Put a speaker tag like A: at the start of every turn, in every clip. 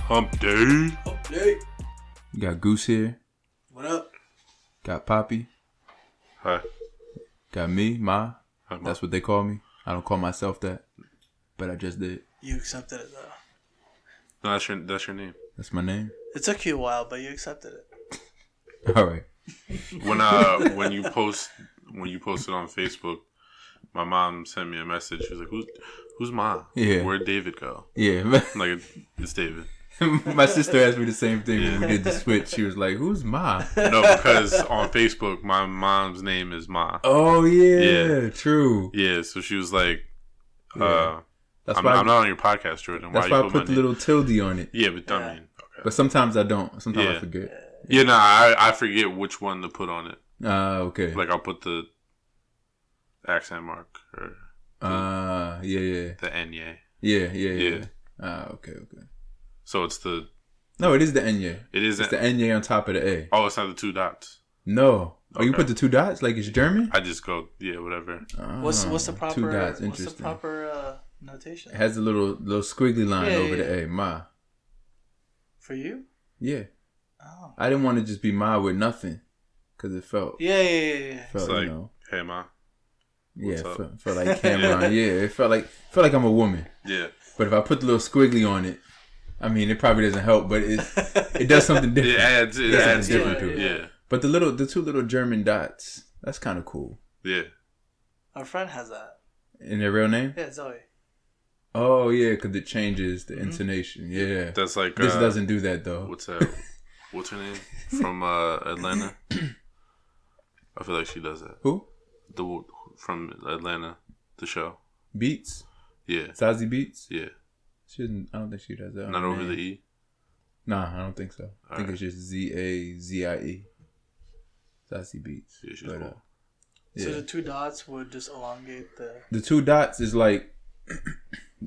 A: Hump day.
B: Hey,
C: We got Goose here.
B: what up?
C: Got Poppy.
A: Hi.
C: Got me, Ma.
A: I'm
C: That's what they call me. I don't call myself that, but I just did.
B: You accepted it though.
A: no, that's your that's your name.
C: That's my name.
B: It took you a while, but you accepted it.
C: All right.
A: When uh when you post when you posted on Facebook, my mom sent me a message. She was like, "Who's who's Ma?
C: Yeah.
A: Where'd David go?"
C: Yeah.
A: I'm like it's David.
C: my sister asked me the same thing when we did the switch. She was like, "Who's Ma?"
A: No, because on Facebook, my mom's name is Ma.
C: Oh yeah,
A: Yeah.
C: true.
A: Yeah, so she was like, uh,
C: Yeah. That's
A: I'm,
C: why.
A: I'm not on your podcast, Jordan. Why
C: that's
A: you
C: why I
A: put
C: put
A: my
C: the
A: name?
C: little tilde on it.
A: Yeah, but
B: Yeah.
A: I mean, okay.
C: But sometimes I don't. Sometimes I
A: Yeah.
C: forget.
A: yeah, no, I I forget which one to put on it.
C: Ah, okay.
A: Like I'll put the accent mark or
C: Ah, yeah, yeah,
A: the Nye.
C: yeah, yeah,
A: Yeah.
C: yeah. Ah, okay, okay.
A: So it's the
C: No, it is the Enya.
A: it is
C: It's
A: isn't.
C: the Enya on top of the A.
A: oh, it's not the two dots.
C: No. Oh, you
A: Okay.
C: put the two dots like it's German.
A: I just go yeah, whatever.
B: What's
C: Ah,
B: what's the proper
C: two dots?
B: what's the
C: Interesting.
B: proper uh, notation
C: It has a little little squiggly line
B: Yeah,
C: over
B: yeah,
C: the A. Ma.
B: for you?
C: Yeah.
B: Oh,
C: I didn't want to just be ma with nothing, cause it felt
B: yeah, yeah, yeah. yeah.
C: felt
A: It's like-
C: Oh, you know
A: Hey ma,
C: yeah
A: what's
C: it
A: up?
C: felt, felt like Cameron yeah it felt like felt like I'm a woman.
A: yeah,
C: But if I put the little squiggly on it, I mean it probably doesn't help, but it it does something different.
A: it adds it
C: Yeah,
A: adds to
B: different
A: it.
B: too.
A: Yeah,
C: But the little the two little German dots that's kind of cool.
A: yeah.
B: Our friend has that.
C: In their real name?
B: Yeah, Zoe.
C: Oh yeah, cause it changes
B: Mm-hmm.
C: the intonation. Yeah.
A: That's like
C: This
A: uh,
C: doesn't do that though.
A: What's that? What's her name from uh, Atlanta? I feel like she does that.
C: Who?
A: The w- from Atlanta, the show.
C: Beats?
A: Yeah,
C: Sazi Beats?
A: yeah.
C: She doesn't. I don't think she does that.
A: Not
C: Oh,
A: over
C: man.
A: the e.
C: Nah, I don't think so. I think
A: Alright.
C: it's just Z A Z I E. Sassy Beats.
A: Yeah, she's
C: But,
A: cool.
C: uh, yeah.
B: So the two dots would just elongate the.
C: the two dots is like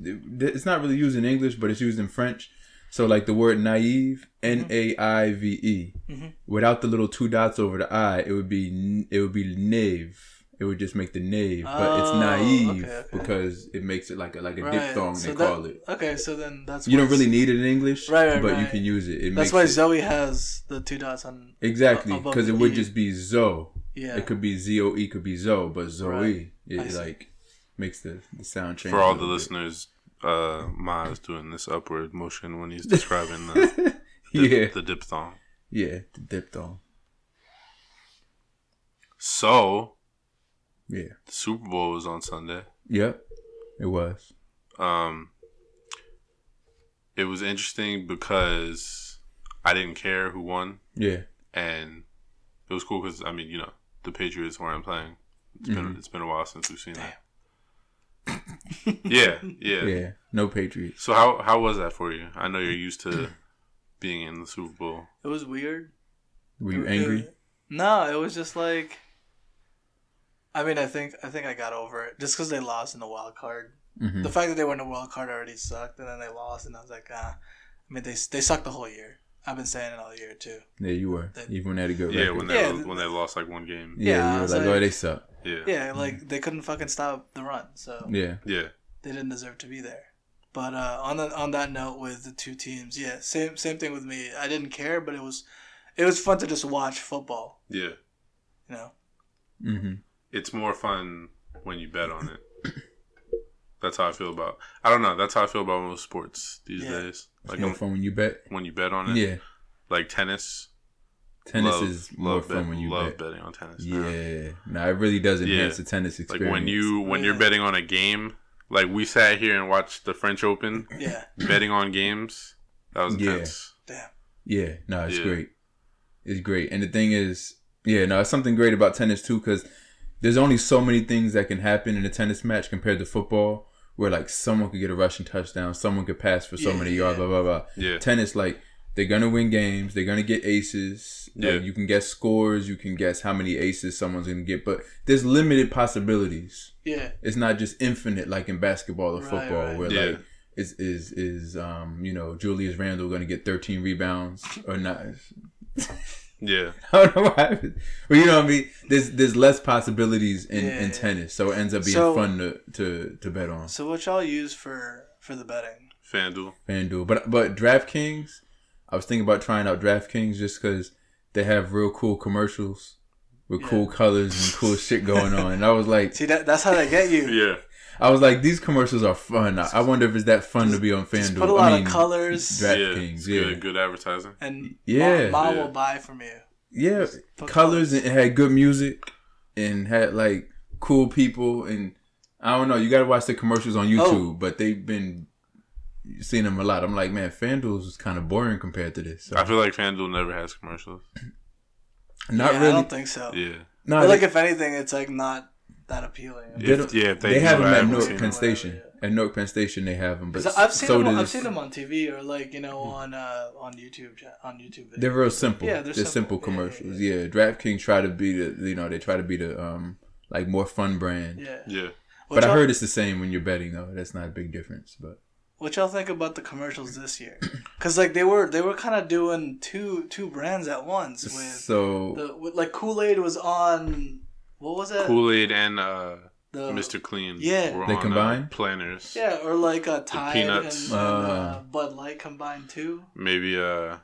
C: it's not really used in English, but it's used in French. So like the word naive,
B: Mm-hmm.
C: N A I V E.
B: Mhm.
C: Without the little two dots over the I, it would be n- it would be nave. It would just make the nave, but it's
B: Oh,
C: naive
B: okay, okay.
C: because it makes it like a like a diphthong
B: So
C: they
B: that-
C: call it.
B: Okay, so then that's
C: You don't
B: what's-
C: really need it in English,
B: Right, right,
C: but you
B: right.
C: can use it. it
B: That's
C: makes
B: why
C: it,
B: Zoe has the two dots on.
C: Exactly,
B: above
C: because it
B: the
C: would
B: E.
C: just be Zo.
B: Yeah.
C: It could be Z O E, could be Zo, but Zoe
B: Right. I
C: it
B: see.
C: like makes the, the sound change.
A: For all
C: a
A: the
C: little
A: listeners, uh, Ma is doing this upward motion when he's describing the,
C: bit.
A: the,
C: yeah,
A: the diphthong.
C: yeah, the diphthong.
A: So
C: Yeah,
A: the Super Bowl was on Sunday.
C: yep, it was.
A: Um, it was interesting because I didn't care who won,
C: Yeah, and
A: and it was cool because I mean, you know, the Patriots weren't playing. It's been it's been a while since we've seen that. yeah, yeah,
C: yeah, no Patriots.
A: So how how was that for you? I know you're used to being in the Super Bowl.
B: It was weird.
C: Were you
B: It-
C: angry?
B: it- no, it was just like. I mean, I think I think I got over it just because they lost in the wild card.
C: hmm
B: The fact that they were in the wild card already sucked, and then they lost, and I was like, ah. I mean, they they sucked the whole year. I've been saying it all year too.
C: Yeah, you were.
B: the-
C: Even when they had a good
A: Yeah,
C: record.
A: when they
B: Yeah.
A: when they lost like one game.
C: yeah,
B: Yeah,
C: you
B: I
C: were
B: was
C: like,
B: like-
C: oh, they suck.
A: Yeah, yeah,
B: Yeah, like they couldn't fucking stop the run, so
C: Hmm. Yeah,
A: yeah.
B: they didn't deserve to be there. But uh, on the, on that note, with the two teams, yeah, same same thing with me. I didn't care, but it was it was fun to just watch football. You know,
C: hmm
A: It's more fun when you bet on it. That's how I feel about. I don't know. That's how I feel about most sports these
B: Yeah.
A: days. Like
C: more fun when you bet.
A: when you bet on it.
C: Yeah,
A: Like tennis.
C: tennis
A: love-
C: is more
A: love
C: fun
A: bet-
C: when you
A: love
C: bet.
A: betting on tennis. now.
C: Yeah, no, it really does
A: Yeah.
C: enhance the tennis
A: Like
C: experience.
A: when you when you're
B: Yeah.
A: betting on a game, like we sat here and watched the French Open,
B: yeah,
A: betting on games. That was
C: Yeah.
A: intense.
B: damn,
C: Yeah, no, it's
A: Yeah.
C: great. It's great. And the thing is, yeah, no, it's something great about tennis too because there's only so many things that can happen in a tennis match compared to football where like someone could get a rushing touchdown, someone could pass for so
B: Yeah,
C: many
B: yeah,
C: yards, blah, blah, blah.
A: Yeah.
C: Tennis, like, they're going to win games, they're going to get aces. Like,
A: Yeah.
C: you can guess scores, you can guess how many aces someone's going to get, but there's limited possibilities
B: yeah,
C: it's not just infinite like in basketball or
B: Right,
C: football
B: right.
C: where
A: Yeah.
C: like is is is um you know Julius Randle going to get 13 rebounds or not?
A: Yeah.
C: I don't know what happened. But you know what I mean. There's there's less possibilities in,
B: Yeah,
C: in
B: yeah.
C: tennis, so it ends up being
B: So-
C: fun to, to to bet on.
B: So what y'all use for for the betting?
A: FanDuel.
C: FanDuel. But but DraftKings, I was thinking about trying out DraftKings just because they have real cool commercials with
B: Yeah.
C: cool colors and cool shit going on. And I was like,
B: See that that's how they get you.
A: Yeah,
C: I was like, these commercials are fun. I, I wonder if it's that fun to be on FanDuel.
B: Just put a lot
C: I mean,
B: of colors
A: yeah,
C: DraftKings,
A: it's
C: yeah,
A: Good, good advertising.
B: and
C: Yeah.
B: Ma, Ma
A: Yeah.
B: will buy from you.
C: yeah,
B: put
C: colors
B: colors.
C: and it had good music and had like cool people and I don't know. You got to watch the commercials on YouTube,
B: Oh.
C: but they've been seeing them a lot. I'm like, man, FanDuel's is kind of boring compared to this. So,
A: I feel like FanDuel never has commercials.
C: not
B: yeah, I
C: really.
B: don't think so.
A: Yeah,
C: No,
B: But
C: they-
B: like if anything, it's like not that appealing.
C: They
A: If-
C: don't-
A: yeah, if
C: they,
A: they do,
C: have them
A: I
C: at
A: haven't
C: Newark
A: seen
C: Penn
B: them.
C: Station. At Newark Penn Station, they have them. But
B: 'Cause I've seen
C: so
B: them. on-
C: does-
B: I've seen them on TV or like you know on uh, on YouTube cha- on YouTube.
C: They're real simple.
B: Yeah,
C: Yeah,
B: they're
C: they're, simple,
B: simple. Yeah, yeah,
C: commercials. Yeah, DraftKings try to be the you know they try to be the um like more fun brand.
B: yeah.
A: yeah.
B: What
C: but I
B: y'all-
C: heard it's the same when you're betting though. That's not a big difference. But
B: What y'all think about the commercials this year? Because like they were they were kind of doing two two brands at once with
C: so
B: the with, like Kool Aid was on what was that
A: Kool Aid and uh,
B: the
A: Mr. Clean.
B: yeah.
A: were
C: They
A: on, uh,
C: combined?
A: planners.
B: yeah or like uh, Tide and,
A: Peanuts.
B: and, uh,
C: Uh.
B: Bud Light combined too.
A: Maybe uh,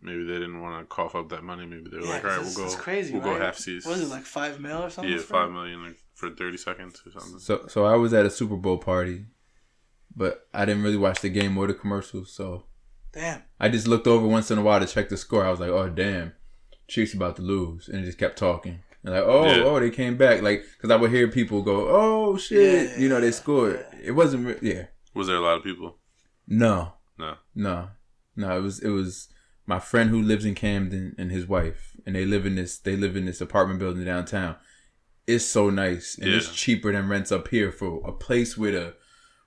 A: maybe they didn't want to cough up that money. Maybe they were
B: Yeah,
A: like, all
B: 'cause
A: right,
B: it's-
A: we'll
B: it's
A: go.
B: crazy,
A: We'll
B: right?
A: go half seas.
B: What is it like five mil or something?
A: yeah,
B: for
A: five
B: it?
A: million like, for thirty seconds or something.
C: so so I was at a Super Bowl party, but I didn't really watch the game or the commercials. So
B: Damn.
C: I just looked over once in a while to check the score. I was like, oh damn, Chiefs about to lose, and it just kept talking. And like, oh,
A: Yeah.
C: oh, they came back. Like, because I would hear people go, oh shit,
B: Yeah,
C: you know,
B: yeah,
C: they scored. It wasn't, re- yeah,
A: Was there a lot of people?
C: no,
A: No.
C: No, no. It was it was my friend who lives in Camden and his wife, and they live in this they live in this apartment building downtown. It's so nice, and
A: Yeah.
C: it's cheaper than rents up here for a place with a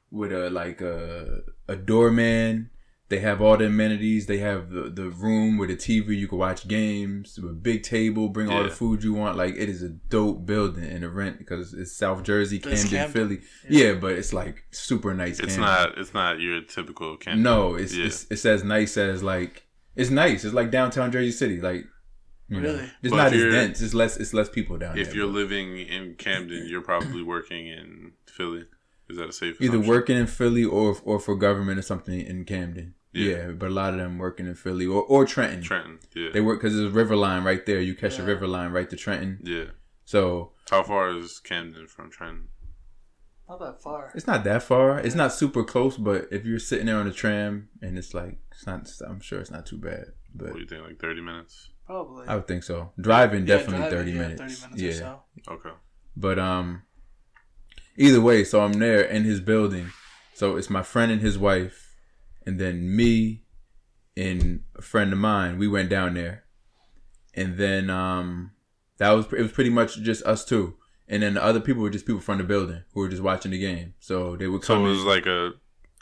C: with a like a a doorman. They have all the amenities. They have the, the room with a TV. You can watch games. With a big table. Bring all the
A: Yeah.
C: food you want. Like it is a dope building and the rent because it's South Jersey,
B: But it's
C: Camden,
B: Camden.
C: Philly.
B: Yeah.
C: Yeah. but it's like super nice.
A: It's
C: Camden.
A: not. It's not your typical camp.
C: No, it's,
A: Yeah.
C: it's it's as nice as like it's nice. It's like downtown Jersey City. Like you know,
B: Really?
C: it's
A: But
C: not
A: if
C: as
A: you're-
C: dense. It's less it's less people down
A: If
C: there.
A: you're
C: but
A: living in Camden, you're probably working in Philly. Is that a safe?
C: either
A: assumption?
C: working in Philly or or for government or something in Camden.
A: Yeah.
C: Yeah, but a lot of them working in Philly or or Trenton.
A: Trenton. Yeah.
C: They work because there's a river line right there. You catch the
B: Yeah.
C: river line right to Trenton.
A: yeah.
C: So
A: How far is Camden from Trenton?
B: Not that far.
C: it's not that far. It's not super close, but if you're sitting there on a tram and it's like it's not, I'm sure it's not too bad. But
A: What do you think? Like thirty minutes?
B: Probably.
C: I would think so. Driving
B: Yeah,
C: definitely
B: driving,
C: thirty
B: yeah,
C: minutes.
B: Thirty minutes
C: yeah.
B: or so.
A: Okay.
C: But um, either way, so I'm there in his building. So it's my friend and his wife, and then me and a friend of mine. We went down there, and then um, that was it was pretty much just us two. And then the other people were just people from the building who were just watching the game. So they would
A: So
C: come.
A: it
C: in-
A: was like a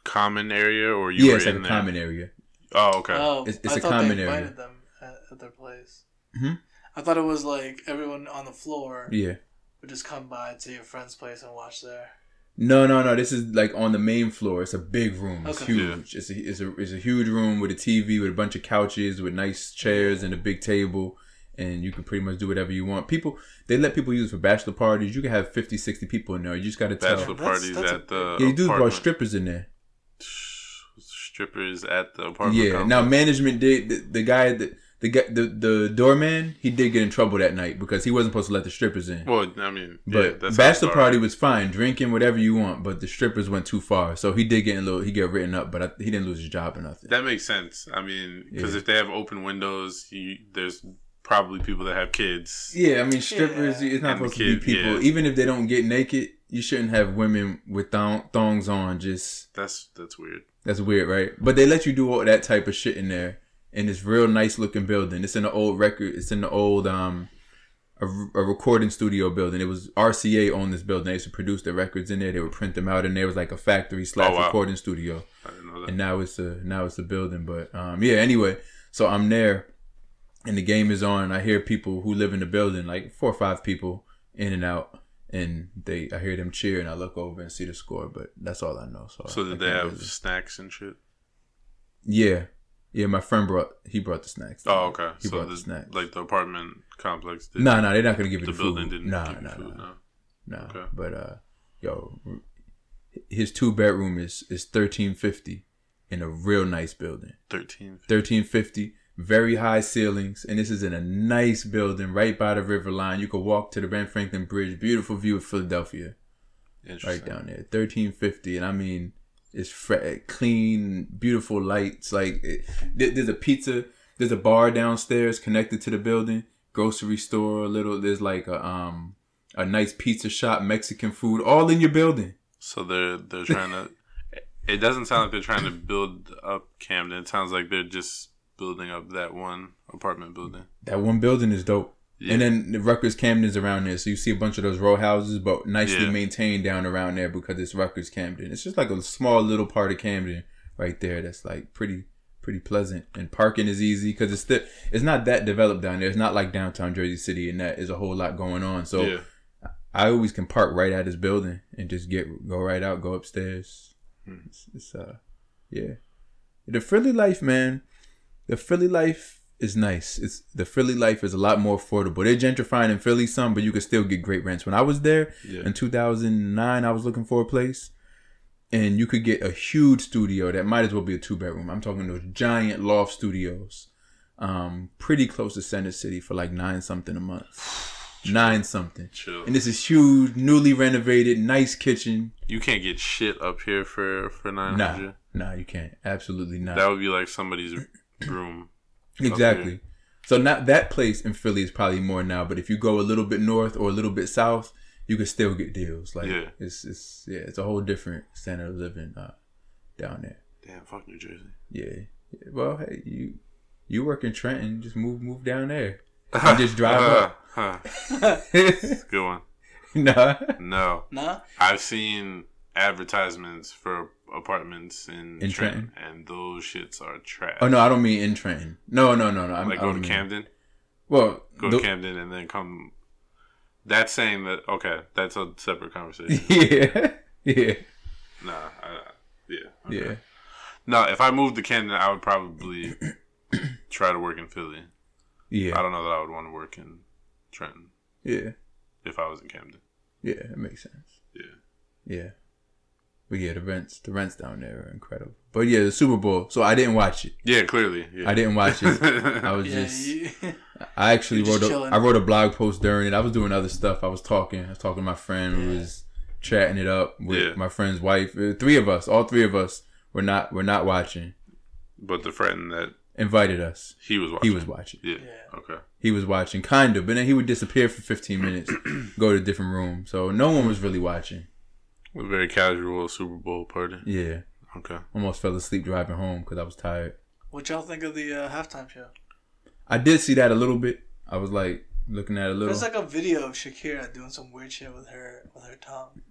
A: common area, or you
C: yeah,
A: were
C: it's like
A: in
C: a
A: there?
C: common area.
A: Oh, okay.
B: Oh,
C: It's- it's
B: I
C: a
B: thought
C: common
B: they
C: area.
B: invited them at, at their place.
C: Mhm.
B: I thought it was like everyone on the floor
C: Yeah.
B: would just come by to your friend's place and watch there.
C: No, no, no. This is like on the main floor. It's a big room. It's
B: Okay.
C: huge. It's a it's a it's a huge room with a TV, with a bunch of couches, with nice chairs and a big table, and you can pretty much do whatever you want. People they let people use it for bachelor parties. You can have 50, 60 people in there. You just got to tell.
A: Bachelor
B: That's-
A: parties
B: that's a-
A: at the
C: yeah, you do throw
A: apartment.
C: strippers in there.
A: strippers at the apartment.
C: yeah.
A: complex.
C: Now management did the, the guy that. The, guy, the the doorman he did get in trouble that night because he wasn't supposed to let the strippers in.
A: Well, I mean, yeah,
C: But
A: that's how
C: bachelor
A: it's
C: party
A: already-
C: was fine, drinking whatever you want. But the strippers went too far, so he did get a little. He got written up, but I, he didn't lose his job or nothing.
A: That makes sense. I mean, because
C: Yeah.
A: if they have open windows, you, there's probably people that have kids.
C: yeah, I mean strippers.
B: Yeah.
C: It's not
A: And the
C: supposed to
A: kid,
C: be people.
A: yeah.
C: Even if they don't get naked, you shouldn't have women with thong- thongs on. Just
A: That's that's weird.
C: that's weird, right? But they let you do all that type of shit in there, in this real nice looking building. It's in the old record. It's in the old um. A, a recording studio building. It was RCA owned this building. They used to produce the records in there. They would print them out, and there was like a factory slash
A: Oh, wow.
C: recording studio.
A: I didn't know that.
C: and now it's a now it's a building. But um, yeah. Anyway, so I'm there, and the game is on. I hear people who live in the building, like four or five people in and out, and they I hear them cheer, and I look over and see the score. But that's all I know. So
A: so
C: I
A: did they
C: can't
A: have
C: really-
A: snacks and shit?
C: Yeah, yeah. My friend brought he brought the snacks.
A: Oh, okay.
C: He
A: so
C: brought
A: the,
C: the snacks.
A: like the apartment complex. Did,
C: No, no, they're not gonna give you
A: the
C: the,
A: building
C: food.
A: didn't
C: Nah,
A: give you
C: nah,
A: food.
C: nah.
A: No.
C: No,
A: Okay.
C: but uh, yo, his two bedroom is is thirteen fifty, in a real nice building.
A: 13.
C: 1350, very high ceilings, and this is in a nice building right by the river line. You could walk to the Ben Franklin Bridge, beautiful view of Philadelphia. Right down there. 1350, and I mean, it's fre- clean, beautiful lights. Like, it, there's a pizza, there's a bar downstairs connected to the building, grocery store, a little, there's like a, um, a nice pizza shop, Mexican food, all in your building.
A: So they're they're trying to. it doesn't sound like they're trying to build up Camden. It sounds like they're just building up that one apartment building.
C: That one building is dope. Yeah. And then the Rutgers Camden's around there, so you see a bunch of those row houses, but nicely yeah. maintained down around there because it's Rutgers Camden. It's just like a small little part of Camden right there that's like pretty pretty pleasant and parking is easy because it's still it's not that developed down there. It's not like downtown Jersey City and that is a whole lot going on. So. Yeah. I always can park right at this building and just get go right out, go upstairs. Mm. It's, it's, uh, yeah, the Philly life, man. The Philly life is nice. It's the Philly life is a lot more affordable. They're gentrifying in Philly some, but you can still get great rents. When I was there yeah. in two thousand nine, I was looking for a place, and you could get a huge studio that might as well be a two bedroom. I'm talking those giant loft studios, um, pretty close to Center City for like nine something a month. nine something. Chill. And this is huge, newly renovated, nice kitchen.
A: You can't get shit up here for for nine
C: hundred. Nah, nah, you can't. Absolutely not.
A: That would be like somebody's room.
C: exactly. So not that place in Philly is probably more now, but if you go a little bit north or a little bit south, you can still get deals. Like yeah. it's it's yeah, it's a whole different standard of living uh, down there.
A: Damn, fuck New Jersey.
C: Yeah. yeah. Well, hey, you you work in Trenton, just move move down there. And just drive up.
A: Huh. good one.
C: Nah.
A: No.
B: Nah.
A: I've seen advertisements for apartments in, in Trenton, Trenton, and those shits are trash.
C: Oh no, I don't mean in Trenton. No, no, no, no. I'm,
A: like
C: go
A: to Camden. Mean.
C: Well,
A: go to the- Camden and then come. That's saying that uh, okay. That's a separate conversation.
C: yeah. Yeah.
A: Nah. I, yeah.
C: Okay. Yeah.
A: No, if I moved to Camden, I would probably try to work in Philly.
C: Yeah.
A: I don't know that I would want to work in Trenton.
C: Yeah.
A: If I was in Camden.
C: Yeah, it makes sense.
A: Yeah.
C: Yeah. But yeah, the rents the rents down there are incredible. But yeah, the Super Bowl. So I didn't watch it.
A: Yeah, clearly. Yeah.
C: I didn't watch it. I was yeah, just you, I actually wrote just a, chilling. I wrote a blog post during it. I was doing other stuff. I was talking. I was talking to my friend. Yeah. We was chatting it up with yeah. my friend's wife. Uh, Three of us, all three of us were not were not watching.
A: But the friend that
C: invited us.
A: He was watching.
C: He was watching.
A: Yeah. yeah. Okay.
C: He was watching, kind of, but then he would disappear for 15 minutes, go to a different room. So no one was really watching.
A: A very casual Super Bowl party.
C: Yeah.
A: Okay.
C: Almost fell asleep driving home because I was tired.
B: What y'all think of the uh, halftime show?
C: I did see that a little bit. I was like looking at a little.
B: There's like a video of Shakira doing some weird shit with her with her tongue.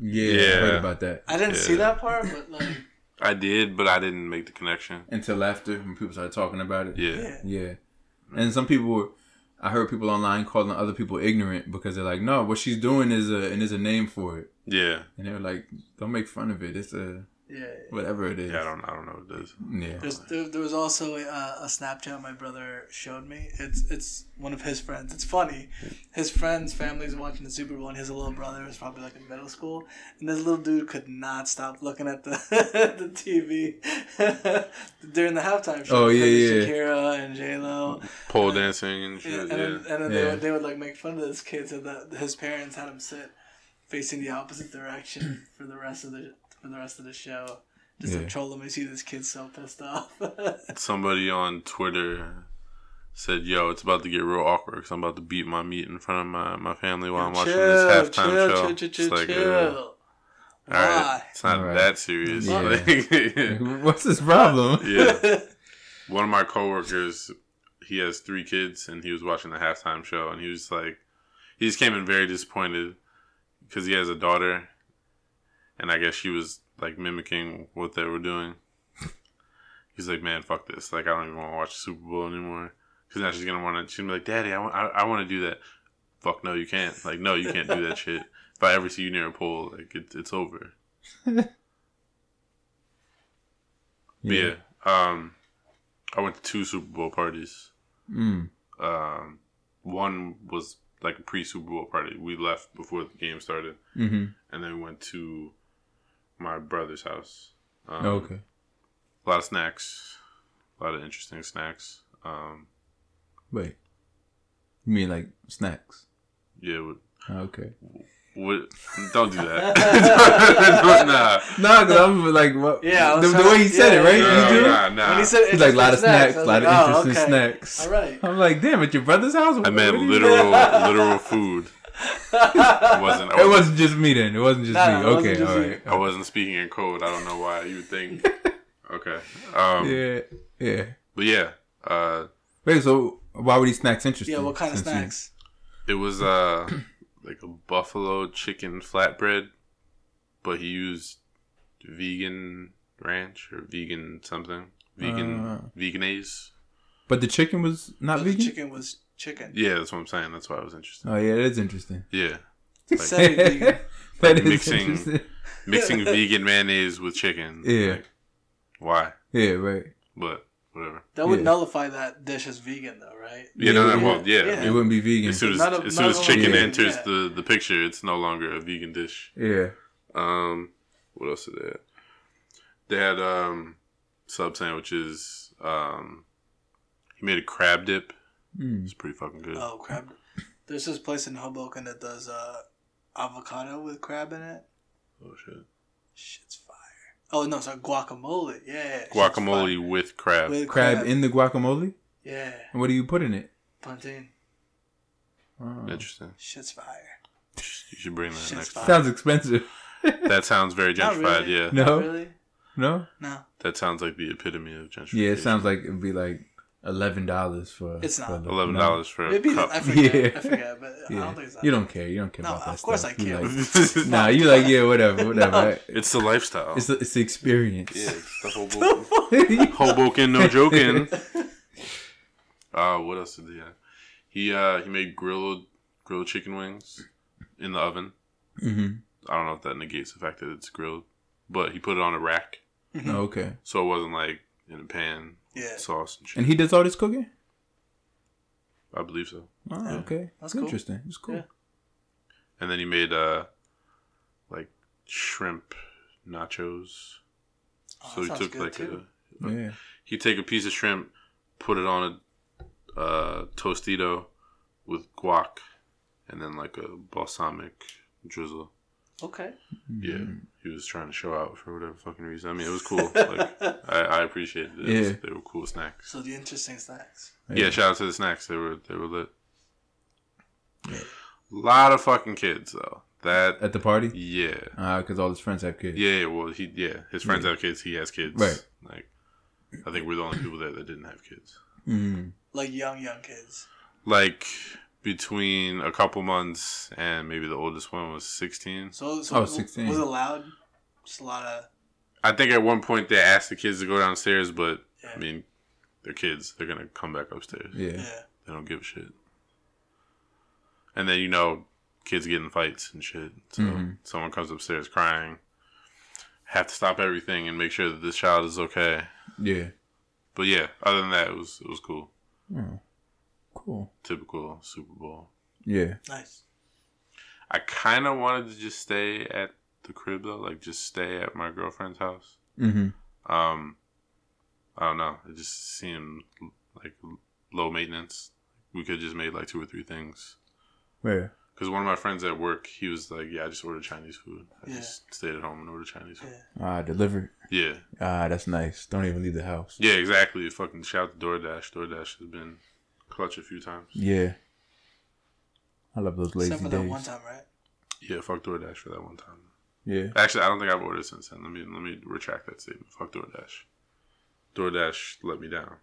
C: Yeah, yeah. I heard about that.
B: I didn't
C: yeah.
B: see that part, but like.
A: I did, but I didn't make the connection
C: until after when people started talking about it.
A: Yeah,
C: yeah. And some people, were, I heard people online calling other people ignorant because they're like, "No, what she's doing is a and there's a name for it."
A: Yeah,
C: and they're like, "Don't make fun of it. It's a
B: yeah,
C: whatever it is."
A: Yeah, I don't, I don't know what it is.
C: Yeah,
B: There's, there, there was also a, a Snapchat my brother showed me. It's it's one of his friends. It's funny. His friend's family's watching the Super Bowl, and his little brother was probably like in middle school. And this little dude could not stop looking at the the TV during the halftime show.
C: Oh yeah, yeah.
B: Shakira and J Lo.
A: Pole dancing Uh, and shit.
B: And,
A: yeah.
B: and, then, and then yeah. they would they would like make fun of this kid so that his parents had him sit facing the opposite direction for the rest of the for the rest of the show. Just yeah. like troll him and see this kid so pissed off.
A: Somebody on Twitter said, "Yo, it's about to get real awkward because I'm about to beat my meat in front of my, my family while I'm watching
B: chill,
A: this halftime
B: chill,
A: show."
B: Chill, chill, chill,
A: it's like,
B: chill.
A: Uh, all right, it's not
C: All right.
A: that serious.
C: Yeah.
A: Like,
C: What's his problem?
A: yeah, one of my coworkers, he has three kids, and he was watching the halftime show, and he was like, he just came in very disappointed because he has a daughter, and I guess she was like mimicking what they were doing. He's like, man, fuck this. Like, I don't even want to watch the Super Bowl anymore. Because now she's gonna want to. She's gonna be like, Daddy, I want, I, I want to do that. Fuck no, you can't. Like, no, you can't do that shit. If I ever see you near a pole, like, it, it's over. yeah. yeah. Um, I went to two Super Bowl parties.
C: Mm.
A: Um, one was like a pre Super Bowl party. We left before the game started,
C: Mm-hmm.
A: and then we went to my brother's house. Um,
C: okay.
A: a lot of snacks, a lot of interesting snacks. Um,
C: Wait. You mean like snacks?
A: yeah, what,
C: Oh, Okay.
A: what, don't do that. Don't- nah.
C: Nah, because I'm like, what?
B: Yeah, I
C: the,
B: was
C: the
B: trying-
C: way he said
B: yeah,
C: it, right?
B: yeah,
C: You
A: No,
C: do?
A: nah, nah.
B: When he said
C: He's like, a lot of
B: interesting
C: snacks,
B: I
C: a
B: was
C: lot of
B: like, oh,
C: interesting
B: okay.
C: snacks.
B: All right.
C: I'm like, damn, at your brother's house?
A: I meant
C: What do you mean?
A: literal, literal food. It wasn't. I
C: It
A: wasn't,
C: wasn't just me then. It wasn't just
B: Nah,
C: me.
B: it wasn't
C: Okay,
B: just
C: all
B: you.
C: right.
A: I wasn't speaking in code. I don't know why you would think. Okay. Um,
C: Yeah, yeah.
A: But yeah, uh,
C: Wait, so why were these snacks interesting?
B: Yeah, what kind of
C: since you-
B: snacks?
A: It was uh like a buffalo chicken flatbread, but he used vegan ranch or vegan something. Vegan
C: Uh.
A: veganese.
C: But the chicken was not
B: But the
C: vegan.
B: chicken was chicken.
A: Yeah, that's what I'm saying. That's why I was interested.
C: Oh yeah, that is interesting.
A: Yeah.
B: It said vegan.
C: That is
A: Mixing.
C: interesting.
A: Mixing vegan mayonnaise with chicken.
C: Yeah.
A: Like, why?
C: Yeah, right.
A: But whatever.
B: That would
C: Yeah.
B: nullify that dish as vegan, though, right?
A: Yeah,
C: Yeah,
A: no, no,
C: yeah.
A: well, yeah.
B: Yeah.
C: It wouldn't be vegan.
A: As soon as,
B: Not a-
A: as, soon
B: not
A: as
B: a
A: chicken
C: vegan,
A: enters
B: yeah.
A: the, the picture, it's no longer a vegan dish.
C: Yeah.
A: Um, what else did they have? They had um, sub sandwiches. Um, he made a crab dip.
C: Mm.
A: It's pretty fucking good.
B: Oh, crab. There's this place in Hoboken that does uh, avocado with crab in it.
A: Oh, shit!
B: Shit's fire. Oh no, sorry, guacamole. Yeah, yeah, shit's
A: Guacamole with
B: fire.
A: crab.
B: with
C: Crab in the guacamole.
B: Yeah,
C: And what do you put in it?
B: plantain.
C: Oh.
A: Interesting.
B: Shit's fire.
A: You should bring that
B: Shit's
A: next
B: fire.
A: time.
C: Sounds expensive.
A: That sounds very
B: Not
A: gentrified.
B: really.
A: Yeah,
C: No.
B: really?
C: No.
B: No,
A: that sounds like the epitome of gentrification.
C: Yeah, it sounds like it'd be like eleven dollars for.
B: It's not.
C: for the-
A: eleven
C: no.
A: dollars for a
B: maybe
A: cup.
B: I forget.
C: Yeah.
B: I forget, but I
C: Yeah.
B: don't think it's that.
C: You don't care. You don't care
B: No,
C: about that.
B: of course
C: stuff.
B: I
C: You
B: care.
C: like-
A: it's
C: nah, you like yeah, whatever, whatever.
A: the lifestyle.
C: It's the, it's the experience.
A: yeah, it's the Hoboken.
C: yeah.
A: Hoboken, no joking. Uh, what else did he have? He uh he made grilled grilled chicken wings in the oven.
C: hmm
A: I don't know if that negates the fact that it's grilled, but he put it on a rack,
C: Oh, Okay.
A: so it wasn't like in a pan,
B: Yeah,
A: sauce and shit.
C: And he does all this cooking.
A: I believe so.
C: Oh,
B: Yeah.
C: okay.
B: That's
C: That's
B: cool.
C: interesting. It's cool.
B: Yeah.
A: And then he made uh like shrimp nachos.
B: Oh,
A: so
B: that
A: he
B: sounds
A: took
B: good,
A: like
B: too.
A: a
C: Yeah.
A: he'd take a piece of shrimp, put it on a uh, tostito with guac, and then like a balsamic drizzle.
B: okay.
C: Mm-hmm.
A: Yeah, he was trying to show out for whatever fucking reason. I mean, it was cool. Like, I, I appreciated it. It was-
C: Yeah.
A: they were cool snacks.
B: So the interesting snacks.
A: Yeah. shout out to the snacks. They were they were lit. lot of fucking kids though. That
C: At the party?
A: yeah.
C: Because all his friends have kids.
A: Yeah, yeah, well, he yeah, his friends have kids. He has kids.
C: Right.
A: Like, I think we're the only people there that didn't have kids.
C: Mm.
B: Like young, young kids.
A: Like between a couple months and maybe the oldest one was sixteen.
B: So, so
C: Oh,
B: w-
C: 16.
B: was it loud? Just a lot of.
A: I think at one point they asked the kids to go downstairs, but
B: Yeah.
A: I mean, they're kids. They're gonna come back upstairs.
C: Yeah.
B: yeah.
A: They don't give a shit. And then you know, kids get in fights and shit. So
C: Mhm.
A: someone comes upstairs crying. Have to stop everything and make sure that this child is okay.
C: Yeah.
A: But yeah, other than that, it was it was cool.
C: Oh. Cool.
A: Typical Super Bowl.
C: Yeah.
B: Nice.
A: I kind of wanted to just stay at the crib though, like just stay at my girlfriend's house.
C: Mm-hmm.
A: Um, I don't know. It just seemed like low maintenance. We could just made like two or three things.
C: Where?
A: Because one of my friends at work, he was like, "Yeah, I just ordered Chinese food. I
B: Yeah.
A: just stayed at home and ordered Chinese
B: Yeah.
A: food."
C: Ah, delivered.
A: Yeah,
C: Ah, that's nice. Don't even leave the house.
A: yeah, exactly. Fucking shout out to DoorDash. DoorDash has been clutch a few times.
C: Yeah. I love those lazy
B: Except for that
C: days.
B: one time, right?
A: Yeah, fuck DoorDash for that one time.
C: Yeah.
A: Actually, I don't think I've ordered since then. Let me let me retract that statement. Fuck DoorDash. DoorDash let me down.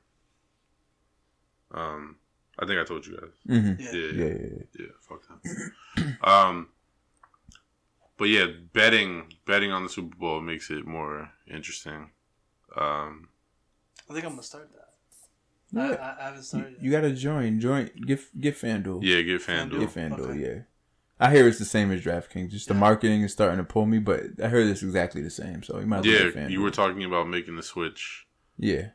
A: Um, I think I told you guys.
C: Mm-hmm.
B: Yeah.
A: Yeah,
C: Yeah.
A: yeah,
C: yeah, yeah.
A: yeah fuck them. um, but yeah, betting betting on the Super Bowl makes it more interesting. Um,
B: I think I'm gonna start that. I,
C: Yeah.
B: I, I haven't started.
C: You gotta join. Join. Get get FanDuel.
A: yeah, get FanDuel.
C: Get FanDuel.
B: Okay.
C: Yeah. I hear it's the same as DraftKings. Just the marketing is starting to pull me, but I heard it's exactly the same. So you might as well get
A: Yeah,
C: FanDuel.
A: you were talking about making the switch
C: yeah.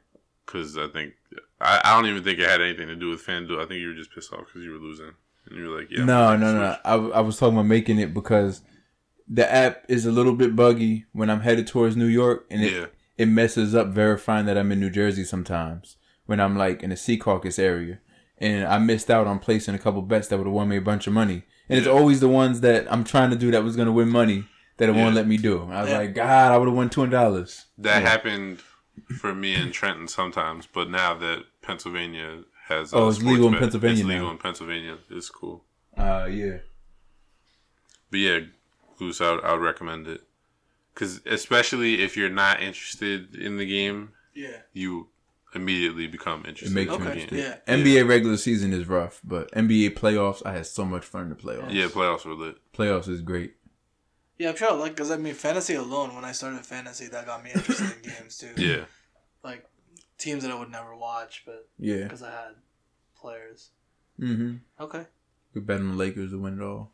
A: because I think I, I don't even think it had anything to do with FanDuel. I think you were just pissed off because you were losing and you were like, yeah, I'm
C: no,
A: gonna
C: no, no.
A: switch.
C: I, w- I was talking about making it because the app is a little bit buggy when I'm headed towards New York, and it,
A: Yeah.
C: it messes up verifying that I'm in New Jersey sometimes when I'm like in the Sea Caucus area. And I missed out on placing a couple bets that would have won me a bunch of money. And it's
A: Yeah.
C: always the ones that I'm trying to do that was going to win money that it
A: Yeah.
C: won't let me do. I was
B: Yeah.
C: like, God, I would have won $200.
A: That
C: Yeah.
A: happened for me in Trenton sometimes, but now that Pennsylvania has
C: Oh,
A: uh,
C: it's
A: sports
C: legal in
A: bet-
C: Pennsylvania
A: It's legal
C: now.
A: in Pennsylvania. It's cool.
C: Uh, yeah.
A: But yeah, Goose, I would, I would recommend it because especially if you're not interested in the game,
B: Yeah.
A: you immediately become interested.
C: makes
A: in
C: you
A: the
B: Okay.
A: game.
B: Yeah.
C: NBA regular season is rough, but NBA playoffs, I had so much fun in the playoffs.
A: Yeah, playoffs were lit.
C: Playoffs is great.
B: Yeah, I'm sure. Like, cause I mean, fantasy alone. When I started fantasy, that got me interested in games too.
A: Yeah,
B: Like teams that I would never watch, but
C: Yeah.
B: because I had players.
C: Mm-hmm.
B: Okay.
C: Could bet on the Lakers to win it all.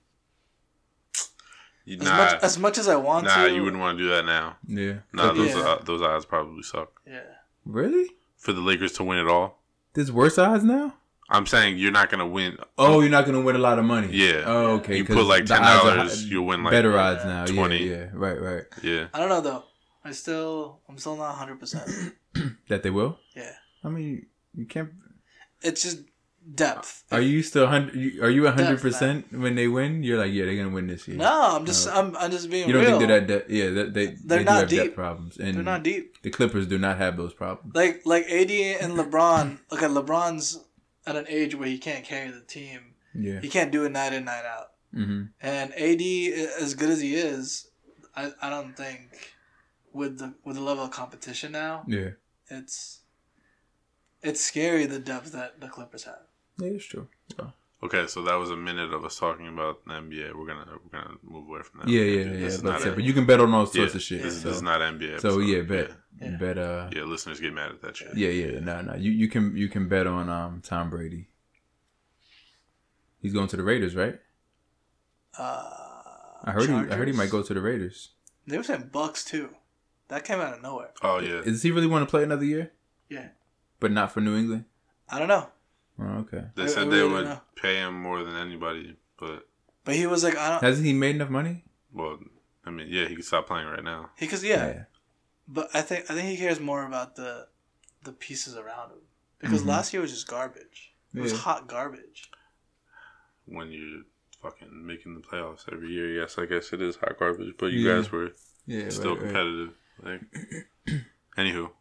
A: You-
B: As
A: nah,
B: much as much as I want
A: nah,
B: to.
A: you wouldn't want to do that now.
C: Yeah.
A: Nah, those
B: Yeah.
A: uh, those odds probably suck
B: Yeah.
C: Really?
A: for the Lakers to win it all.
C: There's worse odds now?
A: I'm saying you're not gonna win.
C: Oh, you're not gonna win a lot of money.
A: Yeah.
C: Oh, okay.
A: you
C: 'cause
A: put like
C: the
A: ten
C: odds are
A: dollars,
C: hi-
A: you'll win like
C: better odds now.
A: 20.
C: Yeah, yeah. Right, right.
A: yeah.
B: I don't know though. I still, I'm still not 100. percent
C: That they will.
B: Yeah.
C: I mean, you can't.
B: It's just depth.
C: Are you still hundred? Are you hundred percent
B: That's
C: when they win? You're like, yeah, they're gonna win this year.
B: No, I'm just, I'm, I'm just being
C: You don't
B: real.
C: think they're that debt? Yeah, that they
B: They're
C: they
B: not
C: do have
B: deep.
C: debt problems, and
B: They're not deep.
C: the Clippers do not have those problems.
B: Like like AD and LeBron. Look at LeBron's at an age where he can't carry the team.
C: Yeah.
B: He can't do it night in night out.
C: Mm-hmm.
B: And AD, i- as good as he is, I, I don't think with the with the level of competition now,
C: Yeah.
B: it's it's scary the depth that the Clippers have.
C: Yeah, it's true. So,
A: Okay, so that was a minute of us talking about the NBA. We're gonna we're gonna move away from that.
C: yeah,
A: We're
C: yeah,
A: gonna do-
C: yeah.
A: this
C: yeah
A: is
C: but,
A: not
C: yeah,
A: a-
C: but you can bet on all
A: yeah,
C: sorts of shit.
A: This, is-
C: so.
A: this is not an NBA.
C: so
A: episode.
C: yeah, bet,
B: Yeah.
C: bet. Uh,
A: Yeah. Yeah, listeners get mad at that shit.
C: Yeah, yeah, no, no. You you can you can bet on um Tom Brady. He's going to the Raiders, right?
B: Uh,
C: I heard he I heard he
B: Chargers?
C: might go to the Raiders.
B: They were saying Bucks too. That came out of nowhere.
A: Oh yeah.
C: Does he really want to play another year?
B: Yeah.
C: But not for New England.
B: I don't know,
C: Oh, okay.
A: They
B: I- I
A: said
B: really
A: they
B: don't
A: would
B: know.
A: pay him more than anybody, but
B: but he was like, I don't.
C: Hasn't he made enough money?
A: well, I mean, yeah, he could stop playing right now.
B: He cause yeah, But I think I think he cares more about the the pieces around him because
C: Mhm.
B: last year was just garbage. It was
C: Yeah.
B: hot garbage.
A: When you're fucking making the playoffs every year, yes, I guess it is hot garbage, but you
C: Yeah.
A: guys were
C: Yeah. right,
A: still
C: right.
A: competitive. Like, anywho,
C: So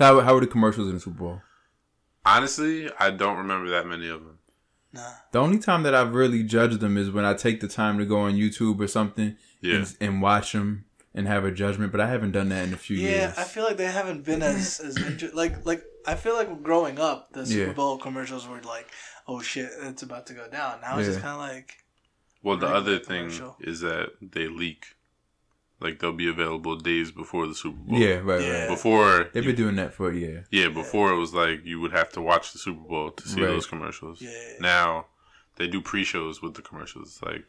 C: how, how were the commercials in the Super Bowl?
A: honestly, I don't remember that many of them.
B: Nah.
C: The only time that I've really judged them is when I take the time to go on YouTube or something
A: Yeah,
C: and, and watch them and have a judgment. But I haven't done that in a few
B: Yeah,
C: years.
B: I feel like they haven't been as as inter- like like I feel like growing up the Super
C: Yeah.
B: Bowl commercials were like, oh shit, it's about to go down. Now it's just
C: Yeah.
B: kind of like
A: Well, the
B: Regular
A: other thing
B: commercial.
A: is that they leak. Like they'll be available days before the Super Bowl.
C: yeah, right,
B: Yeah.
C: right.
A: Before
C: They've been doing that for a year.
A: yeah, before it was like you would have to watch the Super Bowl to see
C: Right.
A: those commercials.
B: yeah,
A: Now they do pre-shows with the commercials. Like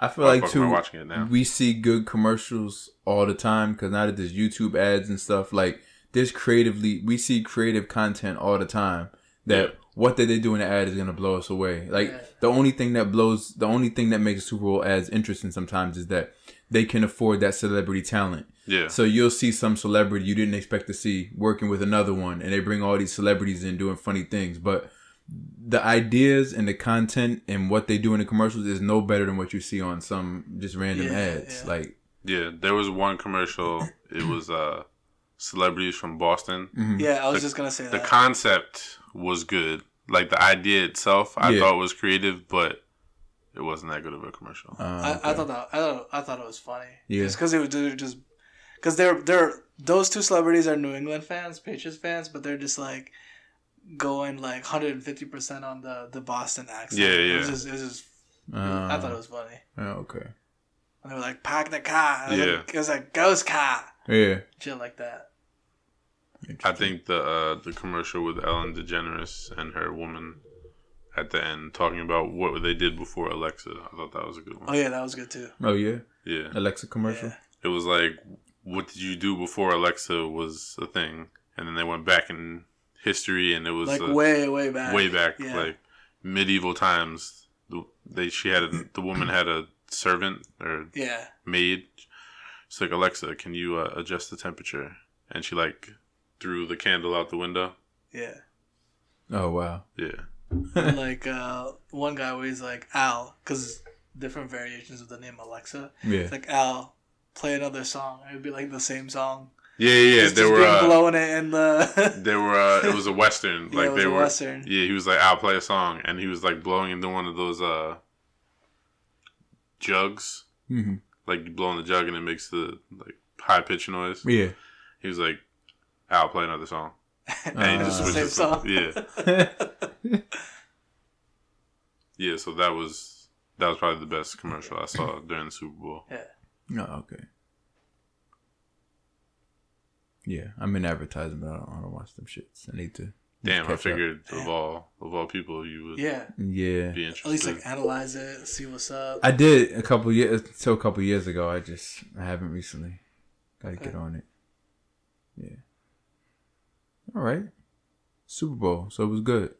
C: I feel
A: why the
C: like
A: fuck am I
C: too.
A: watching it now?
C: we see good commercials all the time because now that there's YouTube ads and stuff, like there's creatively, we see creative content all the time. That
A: Yeah.
C: what did they do in the ad is gonna blow us away. Like
B: Yeah.
C: the only thing that blows, the only thing that makes Super Bowl ads interesting sometimes is that they can afford that celebrity talent.
A: yeah,
C: So you'll see some celebrity you didn't expect to see working with another one, and they bring all these celebrities in doing funny things. But the ideas and the content and what they do in the commercials is no better than what you see on some just random
B: Yeah,
C: ads.
B: yeah.
C: Like,
A: yeah. There was one commercial. It was uh, celebrities from Boston.
C: mhm.
B: yeah. I was
A: The-
B: just gonna say
A: The
B: that.
A: concept was good. Like the idea itself, I
C: Yeah.
A: thought was creative, but it wasn't that good of a commercial.
B: I,
C: Uh,
B: I thought that I thought I thought it was funny.
C: Yeah.
B: Just because it was they were just because they're they're those two celebrities are New England fans, Patriots fans, but they're just like going like 150 percent on the the Boston accent.
A: Yeah,
B: It was
A: yeah. Um,
B: just, it was just,
C: uh,
B: I thought it was funny.
C: oh, okay.
B: And they were like, "Park the car." And
A: Yeah.
B: It was like ghost car,
C: Yeah.
B: shit like that.
A: I think the uh, the commercial with Ellen DeGeneres and her woman at the end talking about what they did before Alexa. I thought that was a good
B: Oh
A: one.
B: yeah, that was good too.
C: Oh yeah,
A: Yeah,
C: Alexa commercial.
B: Yeah.
A: it was like, what did you do before Alexa was a thing? And then they went back in history, and it was
B: Like
A: uh,
B: way way back.
A: way back,
B: Yeah.
A: like medieval times. The- They she had a, the woman had a servant or
B: Yeah.
A: maid. She's like, Alexa, can you uh, adjust the temperature? And she like threw the candle out the window.
B: Yeah.
C: Oh wow.
A: Yeah.
B: And, like uh, one guy where he's like Al, because different variations of the name Alexa.
C: Yeah.
B: It's like Al, play another song. It would be like the same song.
A: Yeah, yeah, yeah.
B: It's
A: There
B: just
A: were
B: been
A: uh,
B: blowing it in the.
A: there were uh, it was a western.
B: yeah,
A: Like
B: it was
A: they
B: a
A: were
B: Western.
A: Yeah, he was like, I'll play a song and he was like blowing into one of those uh jugs.
C: hmm
A: Like you blow in the jug and it makes the like high pitched noise.
C: Yeah.
A: He was like, I'll play another song. And he
C: Uh,
A: just
B: Ah, Same
A: switches
B: song.
A: Yeah. Yeah, so that was that was probably the best commercial I saw during the Super Bowl.
C: oh, okay. Yeah, I'm in advertisement. I don't, I don't watch them shits. I need to.
A: Damn,
C: catch
A: I
C: up.
A: figured
B: Damn.
A: of all of all people you would
B: yeah.
C: Yeah.
A: be
B: At least
A: interested.
B: like analyze it, see what's up.
C: I did a couple years until a couple years ago. I just I haven't recently. Got to get on it. Yeah. All right. Super Bowl, so it was good.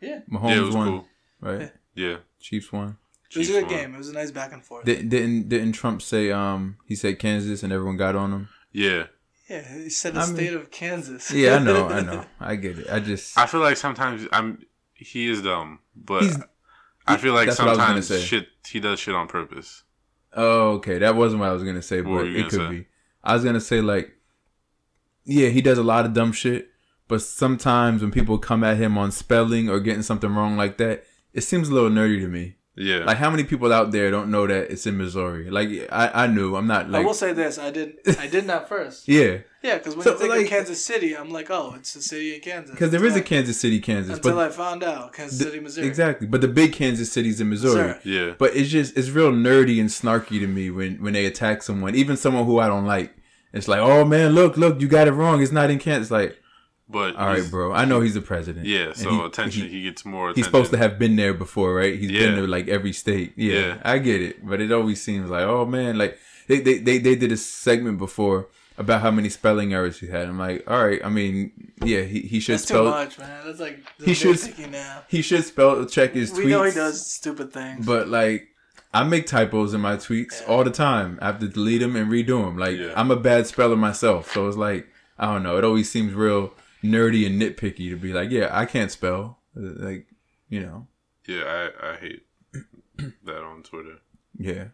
B: Yeah.
C: Mahomes
A: yeah, it was
C: won,
A: cool.
C: right?
B: Yeah.
A: Yeah.
C: Chiefs won.
B: It was
A: Chiefs
B: a
A: won.
B: good game. It was a nice back and forth.
C: Didn't didn't didn't Trump say um he said Kansas and everyone got on him?
A: Yeah.
B: yeah, he said the
C: I mean-
B: state of Kansas.
C: Yeah, I know, I know, I get it. I just
A: I feel like sometimes I'm he is dumb, but
C: He's-
A: I feel like
C: that's what I was gonna
A: sometimes
C: say.
A: shit he does shit on purpose.
C: oh okay, that wasn't what I was gonna say,
A: What were
C: but
A: you
C: it
A: gonna
C: could
A: say?
C: be. I was gonna say like, yeah, he does a lot of dumb shit, but sometimes when people come at him on spelling or getting something wrong like that, it seems a little nerdy to me.
A: Yeah.
C: Like how many people out there don't know that it's in Missouri? Like I I knew I'm not
B: I
C: like
B: will say this: I did, I did not first.
C: yeah
B: Yeah, because when
C: So,
B: you think
C: like-
B: of Kansas City, I'm like, oh, it's a city in Kansas.
C: because there is a
B: Until
C: Kansas City,
B: I-
C: Kansas,
B: Until
C: but
B: I found out, Kansas City, Missouri.
C: exactly, but the big Kansas city's in Missouri.
B: Missouri.
A: yeah.
C: But it's just it's real nerdy and snarky to me when when they attack someone, even someone who I don't like. It's like, oh man, look, look, you got it wrong. It's not in Kansas. Like,
A: But
C: all right,
A: he's-
C: bro, I know he's the president.
A: Yeah,
C: And
A: so
C: he-
A: attention
C: he-
A: he, gets more attention.
C: he's supposed to have been there before, right? He's
A: Yeah.
C: been to like every state. Yeah,
A: Yeah.
C: I get it, but it always seems like, oh man, like they they, they, they did a segment before about how many spelling errors he had. I'm like, all right, I mean, yeah, he, he should
B: That's
C: spell
B: too much, man. That's like
C: He should-
B: thinking now.
C: he should spell check his tweets.
B: We know he does stupid things.
C: But like, I make typos in my tweets all the time. I have to delete them and redo them. Like,
A: Yeah.
C: I'm a bad speller myself, so it's like I don't know. It always seems real nerdy and nitpicky to be like, yeah, I can't spell. Like, you know,
A: Yeah, I, I hate that on Twitter.
C: yeah,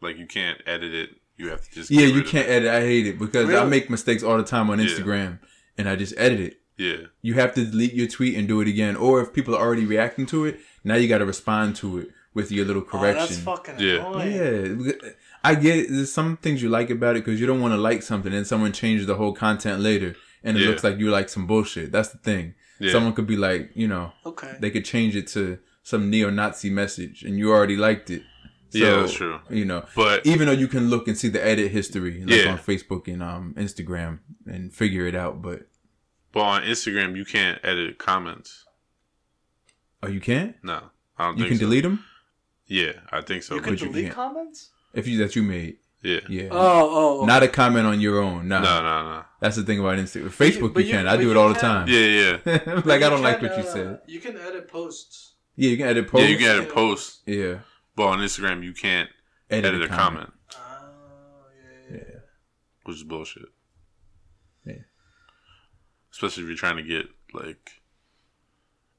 A: Like you can't edit it. You have to just
C: yeah.
A: get
C: You
A: rid of
C: can't edit. I hate it because I
B: Really?
C: make mistakes all the time on
A: Yeah.
C: Instagram, and I just edit it.
A: it. Yeah.
C: You have to delete your tweet and do it again, or if people are already reacting to it, now you got to respond to it with your little
B: Oh,
C: correction.
B: that's fucking
A: Yeah.
B: annoying.
C: Yeah, because- I get it. there's some things you like about it because you don't want to like something and someone changes the whole content later and it
A: Yeah.
C: looks like you like some bullshit. That's the thing.
A: Yeah.
C: Someone could be like, you know,
B: Okay.
C: they could change it to some neo-Nazi message and you already liked it.
A: Yeah, that's true.
C: You know,
A: but
C: even though you can look and see the edit history like
A: Yeah.
C: on Facebook and um Instagram and figure it out, but
A: but on Instagram you can't edit comments.
C: oh, you can't.
A: No. I don't
C: You
A: think
C: can
A: so.
C: delete them
A: Yeah, I think so.
B: you can
C: but you
B: delete
C: can't.
B: comments.
C: if you that you made.
A: yeah.
C: Yeah.
B: Oh, oh.
C: Not a comment on your own. Nah.
A: No, no, no.
C: That's the thing about Instagram. Facebook,
B: but
C: you,
B: you-
C: can.
B: but
C: I do it
B: you
C: all the
B: can-
C: time.
A: Yeah, yeah.
B: But
C: like I don't like
B: can,
C: what you
B: uh,
C: said.
B: You can edit posts.
C: Yeah, you can edit posts.
A: Yeah, you can edit posts,
C: Yeah,
A: but on Instagram you can't edit, a comment,
B: Oh, yeah.
C: Yeah.
A: which is bullshit.
C: Yeah.
A: Especially if you're trying to get like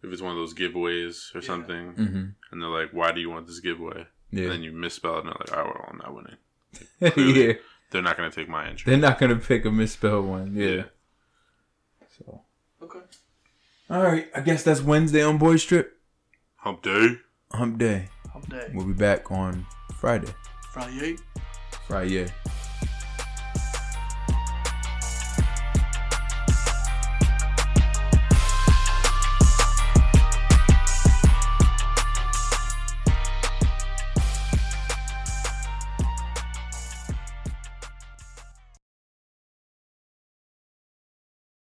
A: if it's one of those giveaways or
B: Yeah.
A: something
C: Mm-hmm.
A: and they're like, Why do you want this giveaway?
C: Yeah,
A: And then you misspell it and they're like, Oh well, I'm not winning.
C: yeah.
A: clearly- They're not gonna take my entry.
C: They're not gonna pick a misspelled one. Yeah.
A: Yeah.
C: So,
B: Okay.
C: all right. I guess that's Wednesday on Boy Strip
A: Hump day.
C: Hump Day.
B: Hump day.
C: We'll be back on Friday.
B: Friday.
C: Friday.